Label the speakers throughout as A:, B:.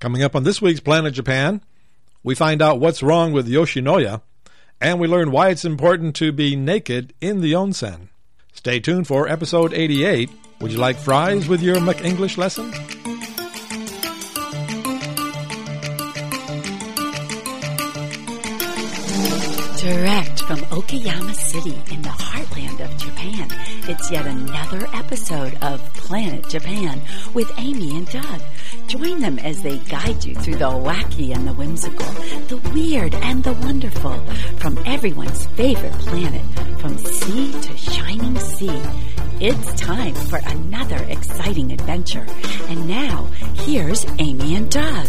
A: Coming up on this week's Planet Japan, we find out what's wrong with Yoshinoya, and we learn why it's important to be naked in the onsen. Stay tuned for episode 88. Would you like fries with your McEnglish lesson?
B: Direct from Okayama City in the heartland of Japan, it's yet another episode of Planet Japan with Amy and Doug. Join them as they guide you through the wacky and the whimsical, the weird and the wonderful, from everyone's favorite planet, from sea to shining sea. It's time for another exciting adventure. And now, here's Amy and Doug.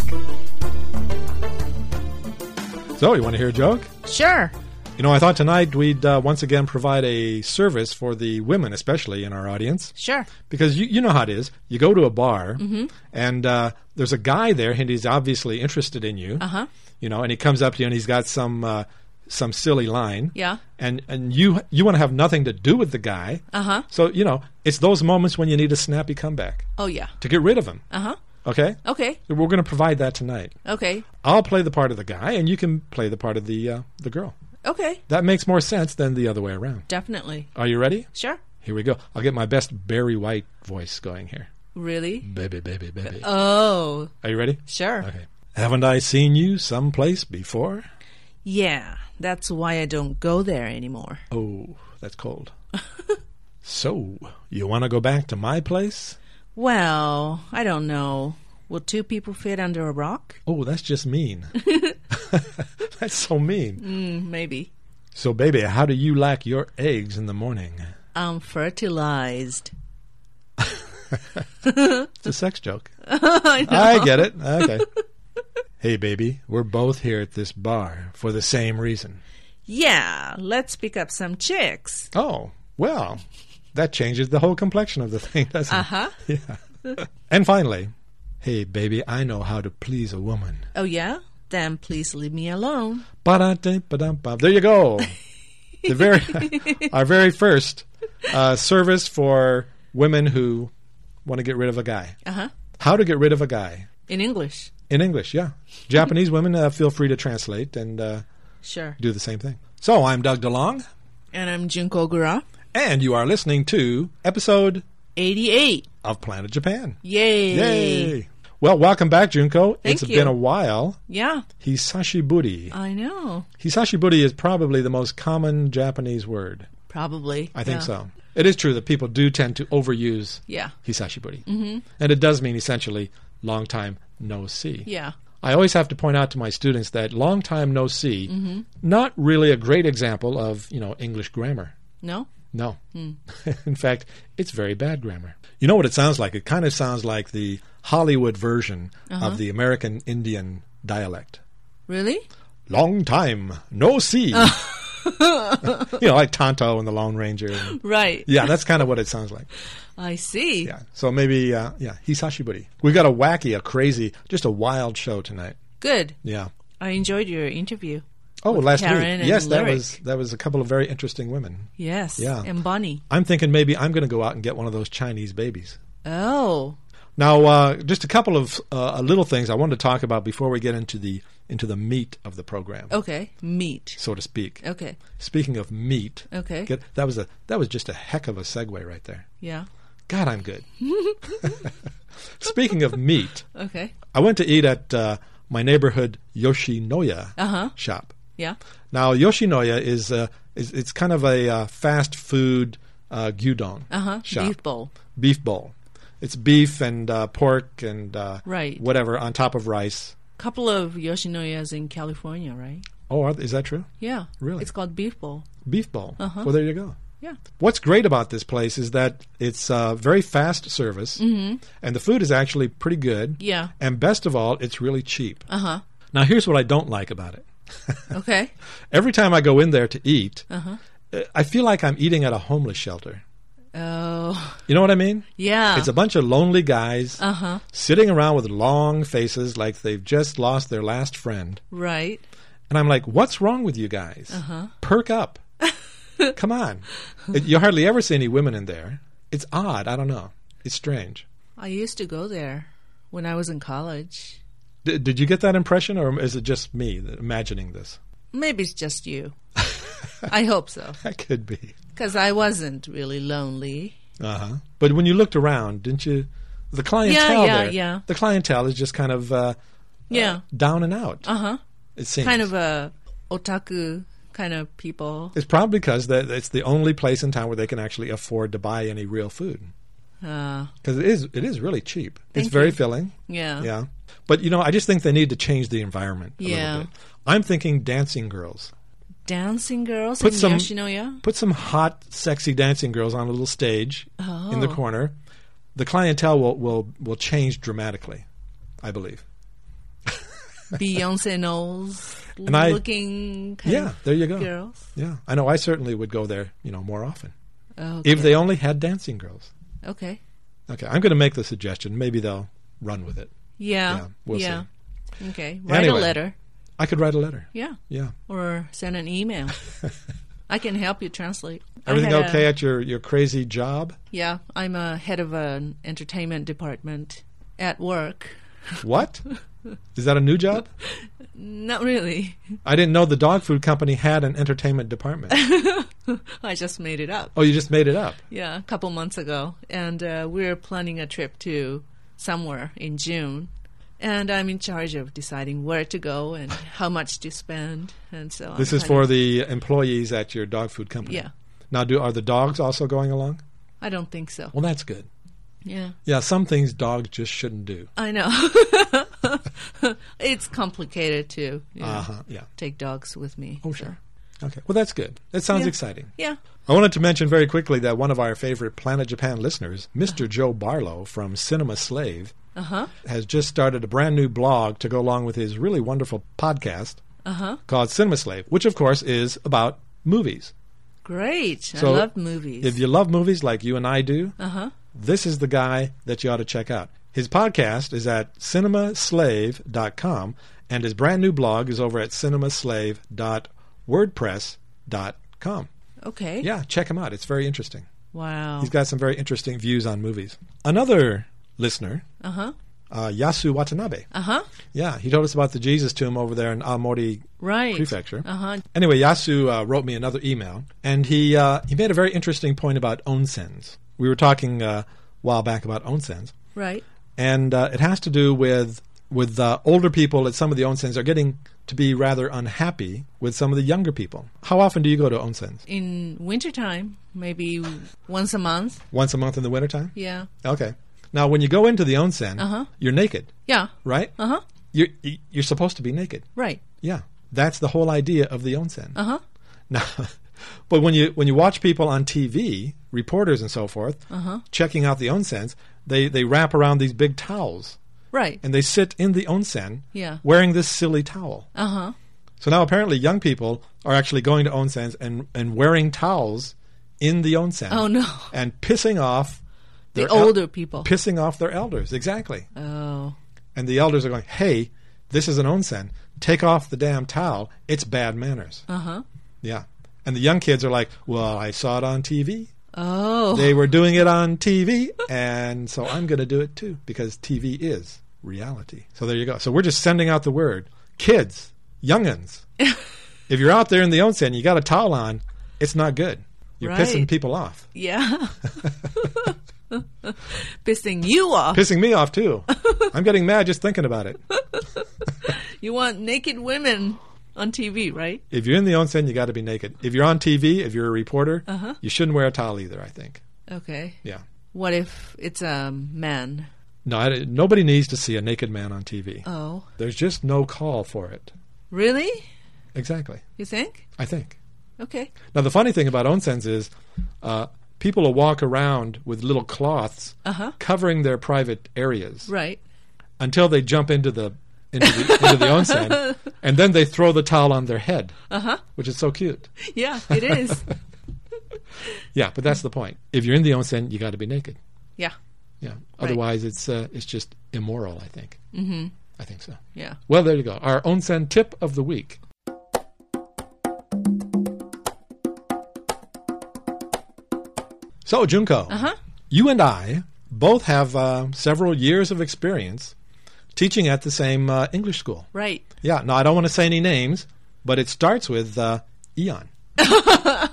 A: So, you want to hear a joke?
C: Sure.
A: You know, I thought tonight we'd uh, once again provide a service for the women, especially in our audience.
C: Sure.
A: because you, you know how it is. You go to a bar,
C: Mm-hmm.
A: and uh, there's a guy there, and he's obviously interested in you.
C: Uh-huh.
A: You know, and he comes up to you, and he's got some uh, some silly line.
C: Yeah.
A: And and you you want to have nothing to do with the guy. Uh
C: Uh-huh.
A: So you know, it's those moments when you need a snappy comeback
C: Oh yeah.
A: to get rid of him.
C: Uh huh.
A: Okay.
C: Okay.
A: We're going to provide that tonight.
C: Okay.
A: I'll play the part of the guy, and you can play the part of the uh, the girl.
C: Okay.
A: That makes more sense than the other way around.
C: Definitely.
A: Are you ready?
C: Sure.
A: Here we go. I'll get my best Barry White voice going here.
C: Really?
A: Baby, baby, baby.
C: Oh,
A: Are you ready?
C: sure.
A: Okay. Haven't I seen you someplace before?
C: Yeah. That's why I don't go there anymore.
A: Oh, that's cold. so, you want to go back to my place?
C: Well, I don't know. Will two people fit under a rock?
A: Oh, that's just mean. that's so mean.
C: Mm, Maybe.
A: So, baby, how do you like your eggs in the morning?
C: I'm fertilized.
A: It's a sex joke. I, get it. Okay. hey, baby, we're both here at this bar for the same reason.
C: Yeah. Let's pick up some chicks.
A: Oh, well, that changes the whole complexion of the thing, doesn't it?
C: Uh huh.
A: Yeah. and finally, hey, baby, I know how to please a woman.
C: Oh yeah. Then please leave me alone.
A: Ba-da-da, ba-dum-ba. There you go. The very our very first uh, service for women who want to get rid of a guy.
C: Uh huh.
A: How to get rid of a guy
C: In English.
A: in English? Yeah, Japanese women uh, feel free to translate and uh,
C: Sure.
A: do the same thing. So I'm Doug DeLong,
C: And I'm Junko Gura.
A: and you are listening to episode
C: 88.
A: of Planet Japan.
C: Yay.
A: Yay! Well, welcome back, Junko.
C: Thank
A: It's
C: you.
A: been a while.
C: Yeah.
A: Hisashiburi.
C: I know.
A: Hisashiburi is probably the most common Japanese word.
C: Probably.
A: I think
C: Yeah.
A: so. It is true that people do tend to overuse
C: Yeah.
A: hisashiburi. Mm-hmm. And it does mean essentially long time no see.
C: Yeah.
A: I always have to point out to my students that long time no see,
C: Mm-hmm.
A: not really a great example of, you know, English grammar.
C: No?
A: No.
C: Hmm.
A: In fact, it's very bad grammar. You know what it sounds like? It kind of sounds like the Hollywood version
C: Uh-huh.
A: of the American Indian dialect.
C: Really?
A: Long time no see. you know, like Tonto and the Lone Ranger. and-
C: Right.
A: yeah, that's kind of what it sounds like.
C: I see.
A: Yeah. So maybe, uh, yeah, Hisashiburi. We've got a wacky, a crazy, just a wild show tonight.
C: Good.
A: Yeah.
C: I enjoyed your interview.
A: Oh, last
C: Karen
A: week.
C: and
A: Yes, that
C: Lyric.
A: was that was a couple of very interesting women.
C: Yes.
A: Yeah.
C: And Bonnie.
A: I'm thinking maybe I'm going to go out and get one of those Chinese babies.
C: Oh.
A: Now, uh, just a couple of uh, little things I wanted to talk about before we get into the into the meat of the program,
C: Okay. Meat.
A: so to speak.
C: Okay.
A: Speaking of meat,
C: Oh. Okay.
A: get- that was a that was just a heck of a segue right there.
C: Yeah.
A: God, I'm good. Speaking of meat,
C: Okay.
A: I went to eat at uh, my neighborhood Yoshinoya
C: Uh-huh.
A: shop.
C: Yeah.
A: Now, Yoshinoya is, uh, is it's kind of a uh, fast food uh, gyudon
C: Uh huh.
A: shop
C: Beef bowl.
A: beef bowl. It's beef and uh, pork and uh,
C: Right.
A: whatever on top of rice.
C: Couple of Yoshinoyas in California, right?
A: Oh, are, is that true?
C: Yeah.
A: Really?
C: It's called beef bowl.
A: Beef bowl.
C: Uh-huh.
A: Well, there you go.
C: Yeah.
A: What's great about this place is that it's uh, very fast service, and the food is actually pretty good.
C: Mm-hmm. Yeah.
A: And best of all, it's really cheap.
C: Uh huh.
A: Now, here's what I don't like about it.
C: Okay. Uh-huh.
A: Every time I go in there to eat, uh, I feel like I'm eating at a homeless shelter.
C: oh.
A: You know what I mean?
C: Yeah.
A: It's a bunch of lonely guys
C: Uh-huh.
A: sitting around with long faces like they've just lost their last friend.
C: right.
A: And I'm like, what's wrong with you guys?
C: Uh-huh.
A: Perk up. Come on. It- you hardly ever see any women in there. It's odd. I don't know. It's strange.
C: I used to go there when I was in college.
A: Did- D- did you get that impression, or is it just me that- imagining this?
C: Maybe it's just you. I hope so.
A: That could be.
C: Because I wasn't really lonely.
A: Uh huh. But when you looked around, didn't you? The clientele
C: yeah,
A: there,
C: yeah.
A: the clientele is just kind of uh,
C: Yeah.
A: down and out.
C: Uh huh.
A: It seems
C: Kind of a otaku kind of people.
A: It's probably because that it's the only place in town where they can actually afford to buy any real food
C: Uh,
A: because it is it is really cheap.
C: Thank
A: it's very
C: you. Oh.
A: filling.
C: yeah.
A: Yeah, but you know, I just think they need to change the environment. A
C: Yeah.
A: little bit. I'm thinking dancing girls.
C: Dancing girls
A: Put
C: in
A: some-
C: Yoshinoya.
A: Put some hot, sexy dancing girls on a little stage in the
C: Oh.
A: corner. The clientele will will will change dramatically, I believe.
C: Beyonce Knowles
A: And I-
C: looking kind
A: Yeah,
C: of
A: there you go.
C: girls.
A: Yeah, I know. I certainly would go there. You know, more often
C: Okay.
A: if they only had dancing girls.
C: okay.
A: Okay, I'm going to make the suggestion. Maybe they'll run with it.
C: Yeah.
A: Yeah, we'll
C: yeah. Okay. Write
A: Anyway.
C: a letter.
A: I could write a letter.
C: Yeah.
A: Yeah.
C: Or send an email. I can help you translate. I
A: Everything
C: had a-
A: okay at your, your crazy job?
C: yeah. I'm a head of an entertainment department at work.
A: What? Is that a new job?
C: Not really.
A: I didn't know the dog food company had an entertainment department.
C: I just made it up.
A: Oh, you just made it up.
C: Yeah, a couple months ago. And uh, we're planning a trip to somewhere in June. And I'm in charge of deciding where to go and how much to spend. And so
A: This
C: I'm
A: is
C: kind
A: for
C: of-
A: the employees at your dog food company.
C: Oh, Yeah.
A: Now, do are the dogs also going along?
C: I don't think so.
A: Well, that's good.
C: Yeah.
A: Yeah, some things dogs just shouldn't do.
C: I know. it's complicated to you know,
A: Uh huh. Yeah.
C: take dogs with me.
A: Oh,
C: so-
A: sure. Okay. Well, that's good. That sounds
C: Yeah.
A: exciting.
C: Yeah.
A: I wanted to mention very quickly that one of our favorite Planet Japan listeners, Mr. Joe Barlow from Cinema Slave,
C: Uh huh.
A: has just started a brand new blog to go along with his really wonderful podcast
C: Uh huh.
A: called Cinema Slave, which of course is about movies.
C: Great.
A: So,
C: I love movies.
A: If you love movies like you and I do,
C: uh huh.
A: this is the guy that you ought to check out. His podcast is at cinemaslave.com and his brand new blog is over at cinemaslave.wordpress.com.
C: Okay.
A: Yeah, check him out. It's very interesting.
C: Wow.
A: He's got some very interesting views on movies. Another listener,
C: Uh huh.
A: uh, Yasu Watanabe.
C: Uh huh.
A: Yeah, he told us about the Jesus tomb over there in Aomori
C: Right.
A: Prefecture.
C: Uh huh.
A: Anyway, Yasu uh, wrote me another email, and he uh, he made a very interesting point about onsens. We were talking uh, a while back about onsens,
C: Right.
A: and uh, it has to do with with uh, older people at some of the onsens are getting to be rather unhappy with some of the younger people. How often do you go to onsens?
C: In wintertime, maybe once a month.
A: Once a month in the wintertime?
C: Yeah.
A: Okay. Now, when you go into the onsen,
C: Uh-huh.
A: you're naked,
C: Yeah.
A: right?
C: Uh huh.
A: You're, you're supposed to be naked.
C: Right.
A: Yeah. That's the whole idea of the onsen.
C: Uh huh.
A: Now, but when you when you watch people on TV, reporters and so forth,
C: Uh-huh.
A: checking out the onsens, they they wrap around these big towels
C: Right.
A: and they sit in the onsen,
C: Yeah.
A: wearing this silly towel.
C: Uh huh.
A: So now apparently young people are actually going to onsens and and wearing towels in the onsen.
C: Oh, no.
A: And pissing off
C: The
A: their el-
C: older people.
A: pissing off their elders exactly.
C: oh.
A: And the elders are going, "Hey, this is an onsen. Take off the damn towel. It's bad manners."
C: Uh huh.
A: Yeah. And the young kids are like, well, I saw it on TV.
C: Oh.
A: They were doing it on TV. And so I'm going to do it too because TV is reality. So there you go. So we're just sending out the word kids, young'uns. if you're out there in the onsen, you got a towel on, it's not good. You're
C: Right.
A: pissing people off.
C: yeah. Pissing you off.
A: Pissing me off too. I'm getting mad just thinking about it.
C: You want naked women on TV, right?
A: If you're in the onsen, you got to be naked. If you're on TV, if you're a reporter, you shouldn't wear a towel either, I think.
C: Okay.
A: Yeah.
C: What if it's a man?
A: No, I, nobody needs to see a naked man on TV.
C: Oh,
A: There's just no call for it.
C: really?
A: Exactly.
C: You think?
A: I think.
C: Okay.
A: Now, the funny thing about onsens is uh, people will walk around with little cloths
C: Uh-huh.
A: covering their private areas
C: Right.
A: until they jump into the into the, into the onsen, and then they throw the towel on their head, uh-huh. which is so cute.
C: Yeah, it is.
A: Yeah, but that's the point. If you're in the onsen, you got to be naked.
C: yeah.
A: Yeah. Otherwise, it's uh, it's just immoral. I think. Mm-hmm. I think so.
C: Yeah.
A: Well, there you go. Our onsen tip of the week. So, Junko,
C: Uh huh.
A: you and I both have uh, several years of experience teaching at the same uh, English school.
C: Right.
A: Yeah. Now I don't want to say any names, but it starts with uh, Eon.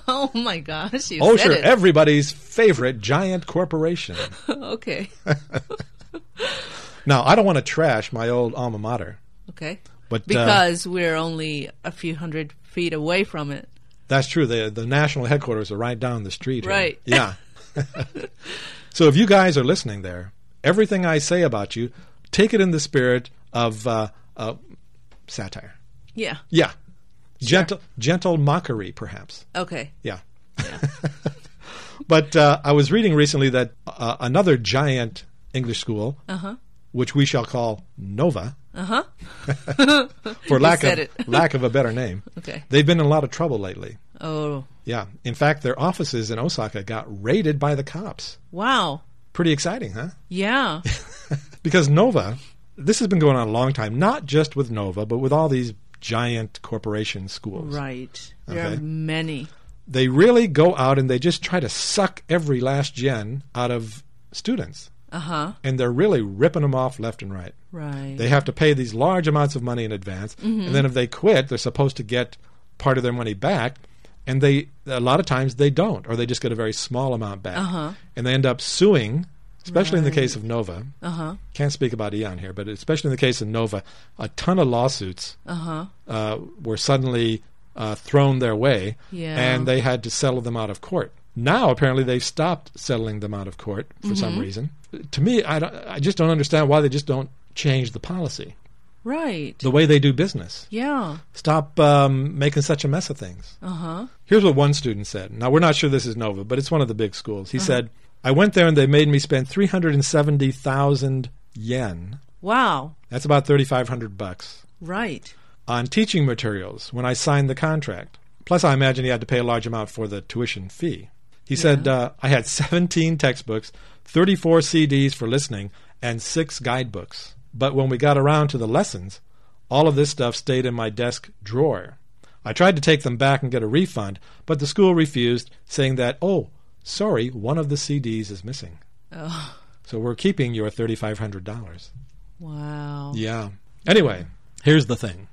C: Oh my gosh. You
A: Oh,
C: said
A: sure.
C: it.
A: Everybody's favorite giant corporation.
C: okay.
A: now I don't want to trash my old alma mater,
C: Okay.
A: but uh,
C: Because we're only a few hundred feet away from it.
A: That's true. The the national headquarters are right down the street. here.
C: Right.
A: Yeah. so if you guys are listening there, everything I say about you, take it in the spirit of uh, uh, satire.
C: Yeah.
A: Yeah. Gentle gentle mockery, perhaps.
C: Okay.
A: Yeah. but uh, I was reading recently that uh, another giant English school,
C: Uh-huh.
A: which we shall call Nova, for lack
C: said
A: of
C: it.
A: lack of a better name,
C: Okay.
A: they've been in a lot of trouble lately.
C: Oh,
A: Yeah. In fact, their offices in Osaka got raided by the cops.
C: wow.
A: Pretty exciting, huh?
C: Yeah.
A: Because Nova, this has been going on a long time, not just with Nova, but with all these giant corporation schools.
C: right. There
A: Okay.
C: are many.
A: They really go out and they just try to suck every last gen out of students.
C: Uh huh.
A: And they're really ripping them off left and right.
C: Right. Mm-hmm.
A: They have to pay these large amounts of money in advance, and then if they quit, they're supposed to get part of their money back, and they a lot of times they don't, or they just get a very small amount back,
C: Uh-huh.
A: and they end up suing. Especially in the case of Nova,
C: uh huh.
A: can't speak about Eon here, but especially in the case of Nova, a ton of lawsuits
C: Uh huh.
A: uh, were suddenly uh, thrown their way,
C: Yeah.
A: and they had to settle them out of court. Now, apparently, they've stopped settling them out of court for some reason. To me, I, don't, I just don't understand why they just don't change the policy
C: Right.
A: the way they do business.
C: yeah.
A: Stop um, making such a mess of things.
C: Uh huh.
A: Here's what one student said. Now, we're not sure this is Nova, but it's one of the big schools. He said, I went there and they made me spend 370,000 yen.
C: Wow.
A: That's about 3,500 bucks
C: Right.
A: on teaching materials when I signed the contract. Plus, I imagine he had to pay a large amount for the tuition fee. He said, uh, I had 17 textbooks, 34 CDs for listening, and six guidebooks. But when we got around to the lessons, all of this stuff stayed in my desk drawer. I tried to take them back and get a refund, but the school refused, saying that, oh, sorry, one of the CDs is missing.
C: Oh.
A: So we're keeping your $3,500.
C: Wow.
A: Yeah. Anyway, here's the thing.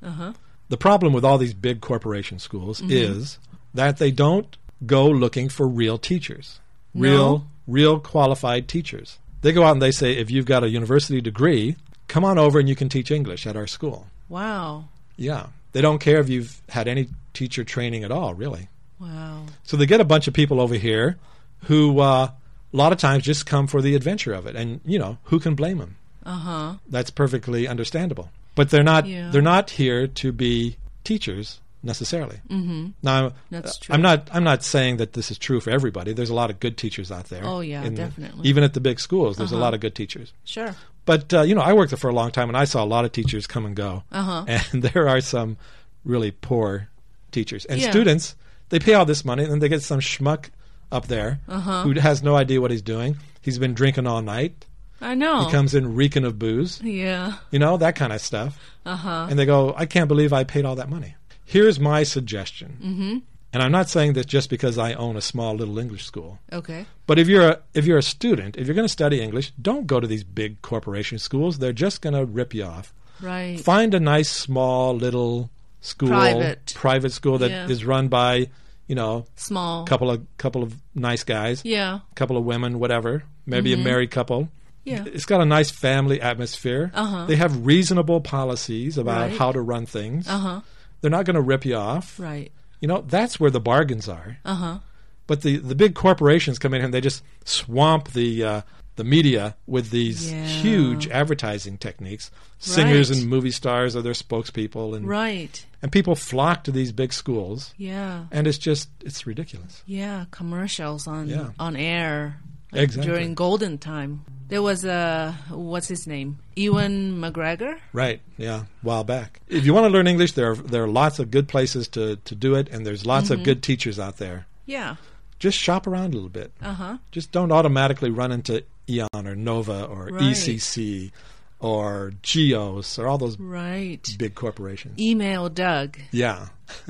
A: The problem with all these big corporation schools is that they don't go looking for real teachers, real, real qualified teachers. They go out and they say, if you've got a university degree, come on over and you can teach English at our school.
C: Wow.
A: Yeah. They don't care if you've had any teacher training at all, really.
C: Wow.
A: So they get a bunch of people over here who uh, a lot of times just come for the adventure of it. And, you know, who can blame them?
C: Uh huh.
A: that's perfectly understandable. But they're not
C: Yeah.
A: they're not here to be teachers necessarily. Mm-hmm. Now,
C: That's
A: uh,
C: true.
A: I'm not I'm not saying that this is true for everybody. There's a lot of good teachers out there.
C: Oh, yeah,
A: in the-
C: definitely. Uh-huh.
A: even at the big schools, there's a lot of good teachers.
C: Sure.
A: But uh, you know, I worked there for a long time, and I saw a lot of teachers come and go.
C: Uh-huh.
A: And there are some really poor teachers and
C: Yeah.
A: students. They pay all this money, and then they get some schmuck up there
C: Uh-huh.
A: who has no idea what he's doing. He's been drinking all night.
C: I know.
A: He comes in reeking of booze
C: yeah.
A: you know, that kind of stuff.
C: Uh-huh.
A: And they go, I can't believe I paid all that money. Here's my suggestion. Mm-hmm. And I'm not saying this just because I own a small little English school.
C: Okay.
A: But if you're a, if you're a student, if you're going to study English, don't go to these big corporation schools. They're just going to rip you off.
C: Right.
A: Find a nice small little school,
C: Private.
A: private school that is
C: Yeah.
A: run by, you know,
C: Small.
A: a couple of couple of nice guys,
C: Yeah. Mm-hmm.
A: couple of women, whatever, maybe a married couple.
C: Yeah.
A: It's got a nice family atmosphere.
C: Uh-huh.
A: They have reasonable policies about
C: Right.
A: how to run things.
C: Uh huh.
A: They're not going to rip you off.
C: Right.
A: You know, that's where the bargains are.
C: Uh huh.
A: But the, the big corporations come in here and they just swamp the uh, the media with these
C: Yeah.
A: huge advertising techniques. Singers
C: Right.
A: and movie stars are their spokespeople, and
C: Right.
A: and people flock to these big schools.
C: Yeah.
A: And it's just it's ridiculous.
C: Yeah. Commercials on
A: Yeah.
C: on air.
A: Exactly.
C: During golden time, there was a what's his name? Ewan McGregor.
A: Right. Yeah. A while back. If you want to learn English, there are, there are lots of good places to, to do it, and there's lots
C: Mm-hmm.
A: of good teachers out there.
C: Yeah.
A: Just shop around a little bit.
C: Uh huh.
A: Just don't automatically run into Eon or Nova or
C: Right.
A: ECC or Geos or all those
C: Right.
A: big corporations.
C: Email Doug
A: yeah.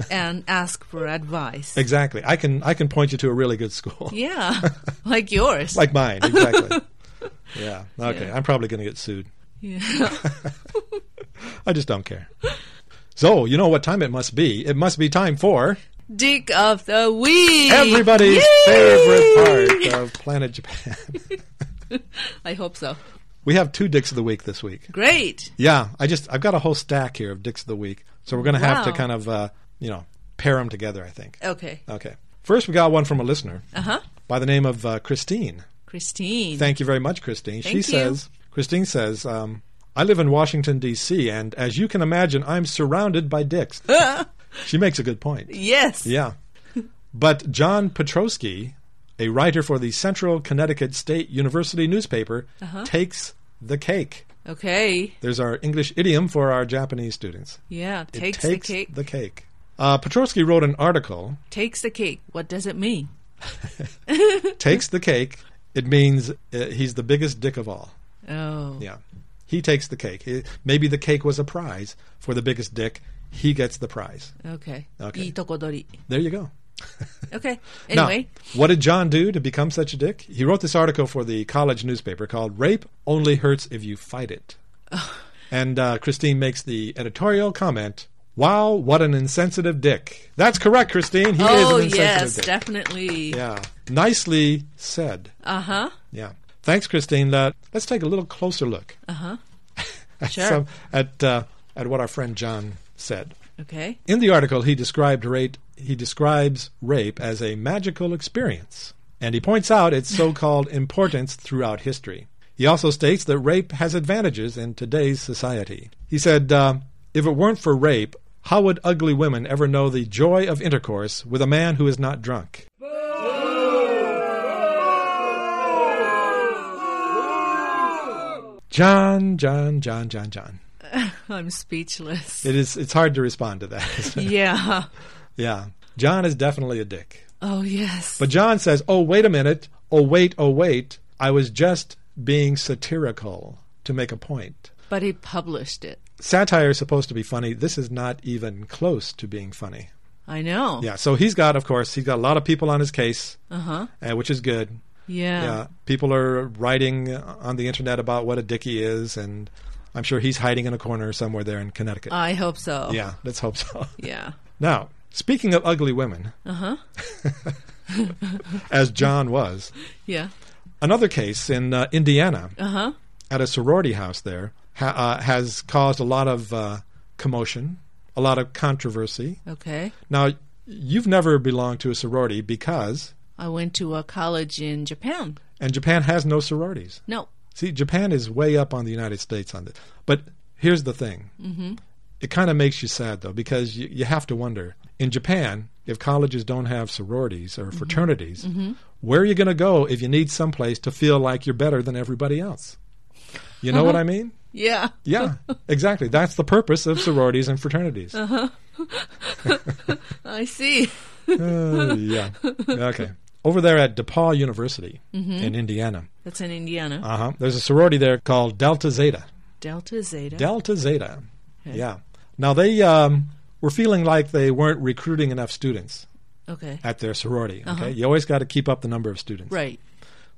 C: and ask for advice.
A: Exactly. I can I can point you to a really good school.
C: Yeah, like yours.
A: Like mine, exactly. yeah. Okay.
C: Yeah.
A: I'm probably going to get sued.
C: Yeah.
A: I just don't care. So, you know what time it must be? It must be time for
C: Dick of the week.
A: everybody's favorite part of Planet Japan.
C: I hope so.
A: we have two dicks of the week this week.
C: Great.
A: Yeah, I just I've got a whole stack here of dicks of the week. So we're going to have to
C: Wow.
A: kind of, uh, you know, pair them together, I think.
C: Okay.
A: Okay. First, we got one from a listener
C: Uh huh.
A: by the name of uh, Christine.
C: Christine.
A: Thank you very much, Christine. she
C: Thank you.
A: says, Christine says, um, I live in Washington, D.C., and as you can imagine, I'm surrounded by dicks. she makes a good point.
C: yes.
A: Yeah. But John Petrosky, a writer for the Central Connecticut State University newspaper,
C: Uh-huh.
A: takes the cake.
C: Okay.
A: There's our English idiom for our Japanese students.
C: Yeah.
A: It
C: Takes, the cake.
A: The cake. Uh, Petrosky wrote an article
C: takes the cake. What does it mean?
A: takes the cake. It means uh, he's the biggest dick of all.
C: Oh.
A: Yeah. He takes the cake. He- Maybe the cake was a prize for the biggest dick. He gets the prize.
C: Okay.
A: Okay.
C: Itokodori.
A: There you go.
C: Okay.
A: Now,
C: Anyway.
A: what did John do to become such a dick? He wrote this article for the college newspaper called Rape Only Hurts If You Fight It. and uh, Christine makes the editorial comment Wow, what an insensitive dick. That's correct, Christine. He is
C: oh
A: an insensitive
C: yes,
A: dick.
C: definitely.
A: Yeah. Nicely said.
C: Uh huh.
A: Yeah. Thanks, Christine. Uh, let's take a little closer look at,
C: Sure.
A: some- at, uh, at what our friend John said.
C: Okay.
A: In the article, he described rape, he describes rape as a magical experience, and he points out its so-called importance throughout history. He also states that rape has advantages in today's society. He said, uh, "If it weren't for rape, how would ugly women ever know the joy of intercourse with a man who is not drunk?" John, John, John, John, John.
C: I'm speechless.
A: It is. It's hard to respond to that. isn't it?
C: yeah.
A: Yeah. John is definitely a dick.
C: Oh yes.
A: But John says, oh, wait a minute. Oh, wait, oh, wait. I was just being satirical to make a point.
C: but he published it.
A: Satire is supposed to be funny. This is not even close to being funny.
C: I know.
A: Yeah. So he's got, of course, he's got a lot of people on his case, uh-huh. which is good.
C: Yeah.
A: Yeah. People are writing on the internet about what a dick he is, and I'm sure he's hiding in a corner somewhere there in Connecticut.
C: I hope so.
A: yeah. Let's hope so.
C: Uh, Yeah.
A: Now, speaking of ugly women, as John was,
C: Yeah.
A: another case in uh, Indiana
C: Uh huh.
A: at a sorority house there ha- uh, has caused a lot of uh, commotion, a lot of controversy.
C: Okay.
A: Now, you've never belonged to a sorority because,
C: I went to a college in Japan.
A: and Japan has no sororities.
C: No.
A: See, Japan is way up on the United States on this. But here's the thing mm-hmm. it kind of makes you sad, though, because you, you have to wonder in Japan, if colleges don't have sororities or fraternities, where are you going to go if you need someplace to feel like you're better than everybody else? You know what I mean?
C: Yeah.
A: Yeah, exactly. That's the purpose of sororities and fraternities.
C: I see.
A: Uh, yeah. Okay. Over there at DePaul University in Indiana,
C: That's in Indiana.
A: uh-huh, there's a sorority there called Delta Zeta.
C: Delta Zeta.
A: Delta Zeta. Yeah. Now they um, were feeling like they weren't recruiting enough students
C: okay.
A: at their sorority. Okay, you always got to keep up the number of students.
C: Right.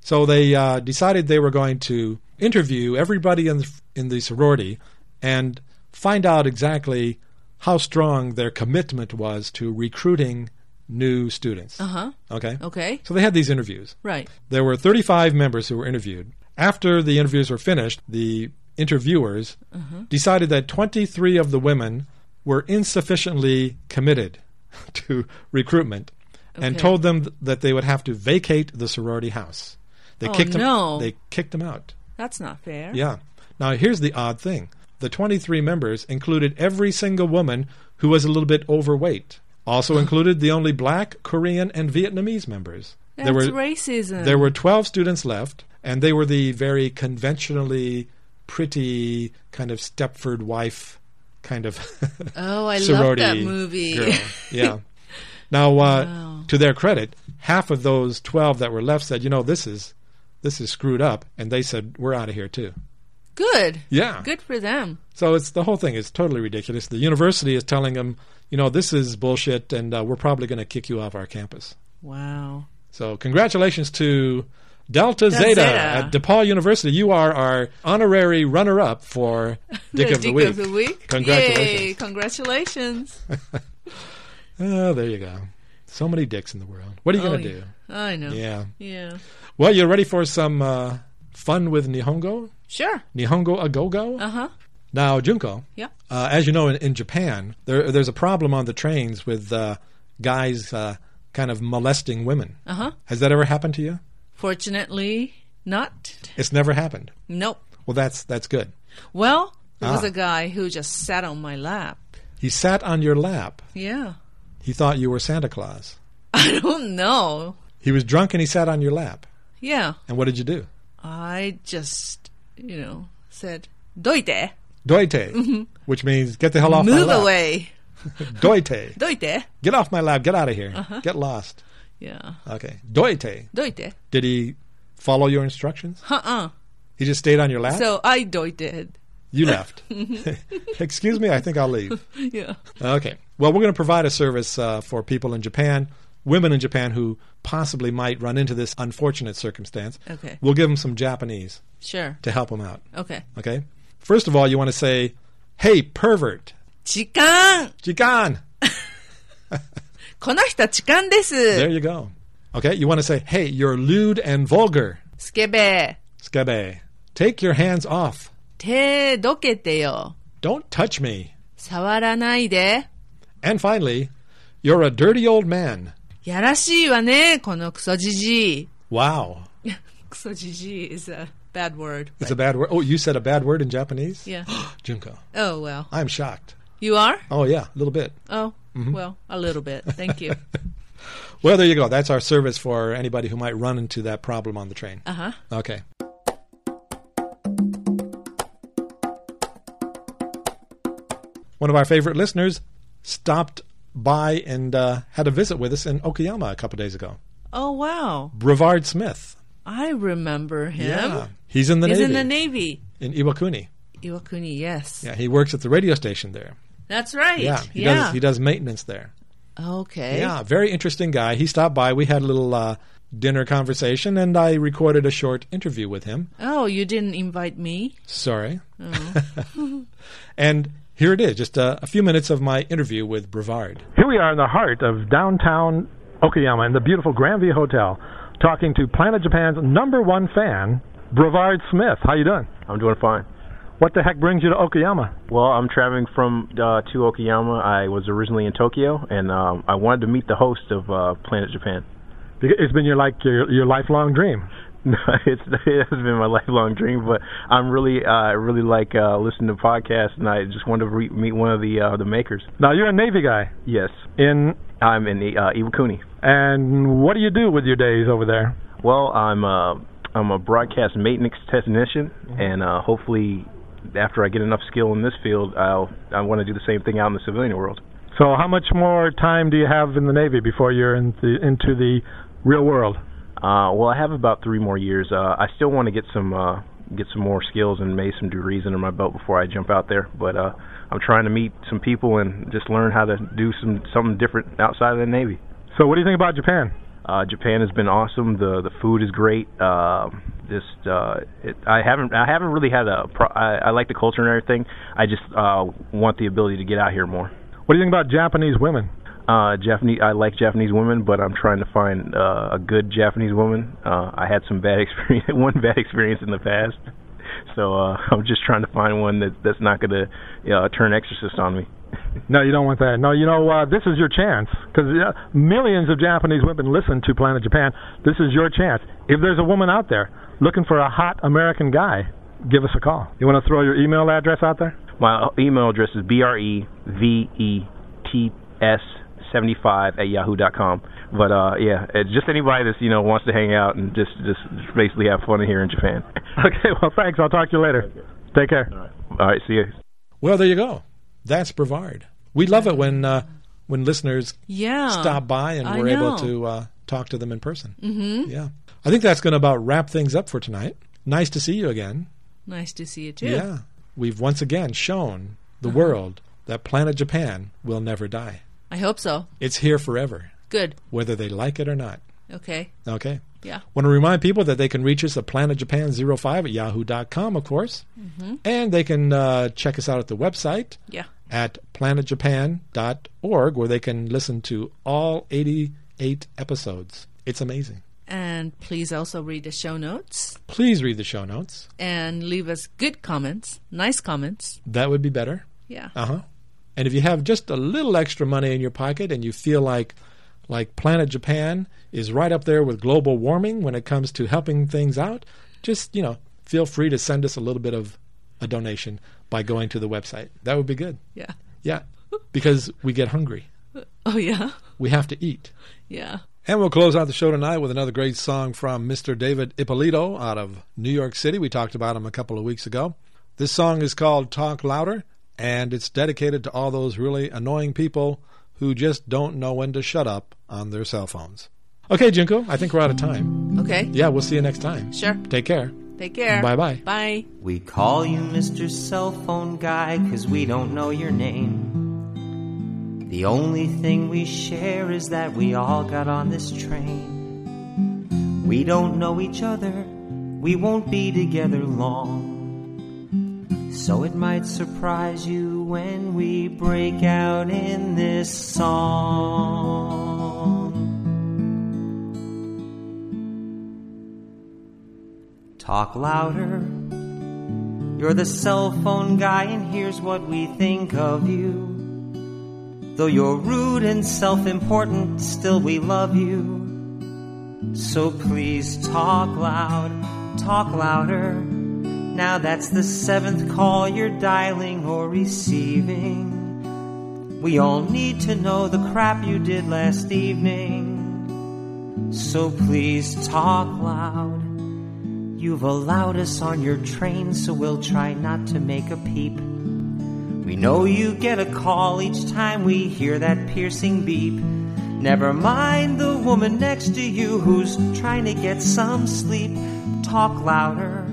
A: So they uh, decided they were going to interview everybody in the, in the sorority and find out exactly how strong their commitment was to recruiting new students.
C: Uh huh.
A: Okay.
C: Okay.
A: So they had these interviews.
C: Right.
A: There were 35 members who were interviewed. After the interviews were finished, the interviewers
C: Mm-hmm.
A: decided that 23 of the women were insufficiently committed to recruitment and
C: Okay.
A: told them th- that they would have to vacate the sorority house. They
C: Oh,
A: kicked them
C: no.
A: they kicked them out.
C: That's not fair.
A: Yeah. Now here's the odd thing. The 23 members included every single woman who was a little bit overweight. Also included the only black, Korean, and Vietnamese members.
C: That's
A: there were
C: racism.
A: there were 12 students left, and they were the very conventionally pretty kind of Stepford wife kind of
C: oh, I love
A: sorority
C: that movie.
A: girl. Yeah. Now, uh,
C: Wow.
A: to their credit, half of those 12 that were left said, "You know, this is this is screwed up," and they said, "We're out of here too."
C: Good.
A: Yeah.
C: Good for them.
A: So it's the whole thing is totally ridiculous. The university is telling them, "You know, this is bullshit, and uh, we're probably going to kick you off our campus."
C: Wow.
A: So congratulations to Delta
C: Delta
A: Zeta,
C: Zeta.
A: at DePaul University. You are our honorary runner-up for Dick,
C: The
A: of, the week.
C: of the week.
A: Congratulations.
C: Yay, congratulations.
A: Oh, there you go. So many dicks in the world. What are you
C: Oh,
A: going to
C: yeah. I know.
A: do? Yeah.
C: Yeah.
A: Well, you ready for some uh, fun with Nihongo?
C: Sure.
A: Nihongo agogo?
C: Uh huh.
A: Now, Junko,
C: Yeah.
A: uh, as you know, in, in Japan, there, there's a problem on the trains with uh, guys uh, kind of molesting women.
C: Uh huh.
A: Has that ever happened to you?
C: Fortunately, not.
A: It's never happened.
C: Nope.
A: Well, that's that's good.
C: Well, there was
A: Ah.
C: a guy who just sat on my lap.
A: He sat on your lap.
C: Yeah.
A: He thought you were Santa Claus.
C: I don't know.
A: He was drunk and he sat on your lap.
C: Yeah.
A: And what did you do?
C: I just, you know, said, doite,
A: Doite, which means get the hell off
C: Mm-hmm. move
A: my lap.
C: away,
A: Doite,
C: doite.
A: get off my lap. Get out of here.
C: Uh-huh.
A: Get lost.
C: Yeah.
A: Okay. Doite.
C: Doite.
A: Did he follow your instructions?
C: Uh uh
A: He just stayed on your lap.
C: So Mm-hmm. I doited.
A: you left. Excuse me. I think I'll leave.
C: Yeah.
A: Okay. Well, we're going to provide a service uh, for people in Japan, women in Japan who possibly might run into this unfortunate circumstance.
C: Okay.
A: We'll give them some Japanese
C: Sure.
A: to help them out.
C: Okay.
A: Okay. First of all, you want to say, "Hey, pervert,
C: Chikan!
A: jigan."
C: この人痴漢で
A: There
C: す。
A: you go. Okay. You want to say, "Hey, you're lewd and vulgar,
C: スケベ、
A: skebe. Take your hands off.
C: 手どけてよ。
A: Don't touch me."
C: 触らないで。
A: And finally, "You're a dirty old man."
C: やらしいわね、このクソじじい。
A: Wow.
C: クソじじい is a bad word.
A: It's a bad word. Oh, you said a bad word in Japanese?
C: Yeah.
A: Junko.
C: Oh, well.
A: I'm shocked.
C: You are?
A: Oh, yeah, a little bit.
C: Oh,
A: Mm-hmm.
C: well, a little bit. Thank you.
A: Well, there you go. That's our service for anybody who might run into that problem on the train.
C: Uh huh.
A: Okay. One of our favorite listeners stopped by and uh, had a visit with us in Okayama a couple days ago.
C: Oh, wow.
A: Brevard Smith.
C: I remember him.
A: He's in the
C: He's
A: Navy.
C: in the Navy.
A: in Iwakuni.
C: Iwakuni, yes.
A: Yeah, he works at the radio station there.
C: That's right.
A: Yeah, he does he does maintenance there.
C: okay.
A: Yeah, very interesting guy. He stopped by. We had a little uh, dinner conversation, and I recorded a short interview with him.
C: Oh, you didn't invite me?
A: Sorry. and here it is, just uh, a few minutes of my interview with Brevard. Here we are in the heart of downtown Okayama in the beautiful Grandview Hotel, talking to Planet Japan's number one fan, Brevard Smith. How you doing?
D: I'm doing fine.
A: What the heck brings you to Okayama?
D: Well, I'm traveling from uh, to Okayama. I was originally in Tokyo, and um, I wanted to meet the host of uh, Planet Japan.
A: It's been your like your your lifelong dream.
D: it's it has been my lifelong dream, but I'm really uh, I really like uh, listening to podcasts, and I just wanted to re- meet one of the uh, the makers.
A: Now you're a Navy guy
D: Yes,
A: in,
D: I'm in the uh, Iwakuni.
A: and what do you do with your days over there?
D: Well, I'm uh, I'm a broadcast maintenance technician, and uh, hopefully, after I get enough skill in this field, I'll I want to do the same thing out in the civilian world.
A: So how much more time do you have in the Navy before you're in the, into the real world?
D: Uh, well, I have about three more years. Uh, I still want to get some uh, get some more skills and maybe some degrees under my belt before I jump out there. But uh, I'm trying to meet some people and just learn how to do some something different outside of the Navy.
A: So what do you think about Japan?
D: Uh, Japan has been awesome. the The food is great. Um just uh, it, I haven't I haven't really had a pro- I, I like the culture and everything. I just uh, want the ability to get out here more.
A: What do you think about Japanese women?
D: Uh, Japanese. I like Japanese women, but I'm trying to find uh, a good Japanese woman. Uh, I had some bad experience, one bad experience in the past, so uh, I'm just trying to find one that that's not going to uh, turn exorcist on me.
A: No, you don't want that. No, you know, uh, this is your chance because uh, millions of Japanese women listen to Planet Japan. This is your chance. If there's a woman out there looking for a hot American guy, give us a call. You want to throw your email address out there?
D: My email address is b r e v e t s seventy five at yahoo dot com. But uh, yeah, it's just anybody that's you know wants to hang out and just just basically have fun here in Japan.
A: Okay, well, Oh, thanks. I'll talk to you later. Take care.
D: All right, see you.
A: Well, there you go. That's Brevard. We love it when uh, when listeners
C: Yeah.
A: stop by and
C: I
A: we're able
C: know.
A: to uh, talk to them in person. Mm-hmm. Yeah. I think that's going to about wrap things up for tonight. Nice to see you again.
C: Nice to see you too.
A: Yeah. We've once again shown the
C: Uh-huh.
A: world that planet Japan will never die.
C: I hope so.
A: It's here forever,
C: Good.
A: whether they like it or not.
C: Okay.
A: Okay.
C: Yeah.
A: Want to remind people that they can reach us at planetjapan05 at yahoo.com, of course.
C: Mm-hmm.
A: And they can uh, check us out at the website
C: Yeah.
A: at planetjapan.org where they can listen to all 88 episodes. It's amazing.
C: And please also read the show notes
A: Please read the show notes.
C: and leave us good comments, nice comments.
A: That would be better.
C: Yeah.
A: Uh huh. And if you have just a little extra money in your pocket and you feel like like Planet Japan is right up there with global warming when it comes to helping things out, just you know, feel free to send us a little bit of a donation by going to the website. That would be good.
C: Yeah.
A: Yeah, because we get hungry.
C: Oh, yeah.
A: We have to eat.
C: Yeah.
A: And we'll close out the show tonight with another great song from Mr. David Ippolito out of New York City. We talked about him a couple of weeks ago. This song is called Talk Louder, and it's dedicated to all those really annoying people who just don't know when to shut up on their cell phones. Okay, Junko, I think we're out of time.
C: Okay.
A: Yeah, we'll see you next time.
C: Sure.
A: Take care.
C: Take care.
A: Bye-bye.
C: Bye.
E: We call you Mr. Cell Phone Guy 'cause we don't know your name. The only thing we share is that we all got on this train. We don't know each other, we won't be together long. So it might surprise you when we break out in this song. Talk louder. You're the cell phone guy, and here's what we think of you. Though you're rude and self important, still we love you. So please talk loud, talk louder. Now that's the seventh call you're dialing or receiving. We all need to know the crap you did last evening. So please talk loud. You've allowed us on your train, so we'll try not to make a peep. We know you get a call each time we hear that piercing beep. Never mind the woman next to you who's trying to get some sleep. Talk louder.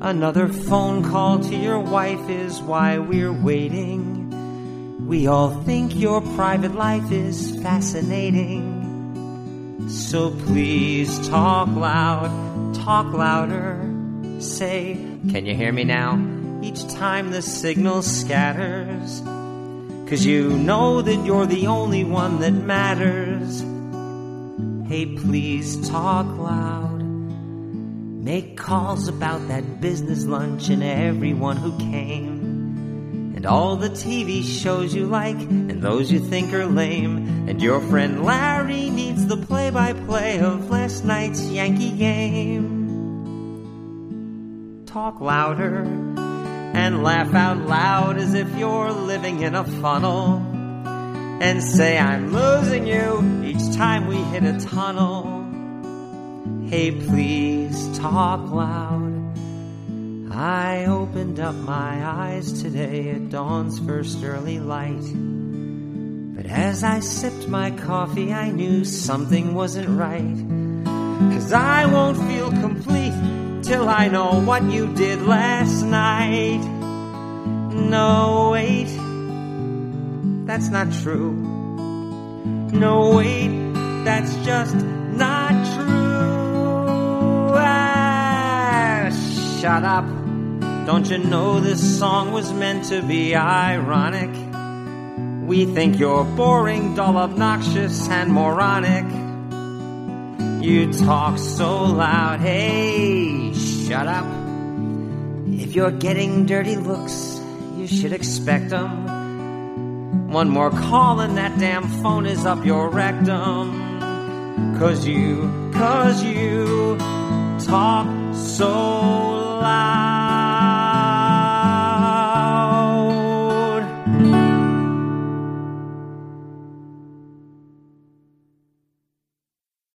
E: Another phone call to your wife is why we're waiting. We all think your private life is fascinating. So please talk loud, talk louder. Say, can you hear me now? Each time the signal scatters. Cause you know that you're the only one that matters. Hey, please talk loud. Make calls about that business lunch and everyone who came and all the TV shows you like, and those you think are lame. And your friend Larry needs the play by play of last night's Yankee game. Talk louder and laugh out loud as if you're living in a funnel. And say, I'm losing you each time we hit a tunnel. Hey, please talk loud. I opened up my eyes today at dawn's first early light. But as I sipped my coffee, I knew something wasn't right. Cause I won't feel complete till I know what you did last night. No, wait, that's not true. No, wait, that's just not true. Ah, shut up. Don't you know this song was meant to be ironic? We think you're boring, dull, obnoxious, and moronic. You talk so loud, hey, shut up. If you're getting dirty looks, you should expect 'em. One more call and that damn phone is up your rectum. Cause you, cause you talk so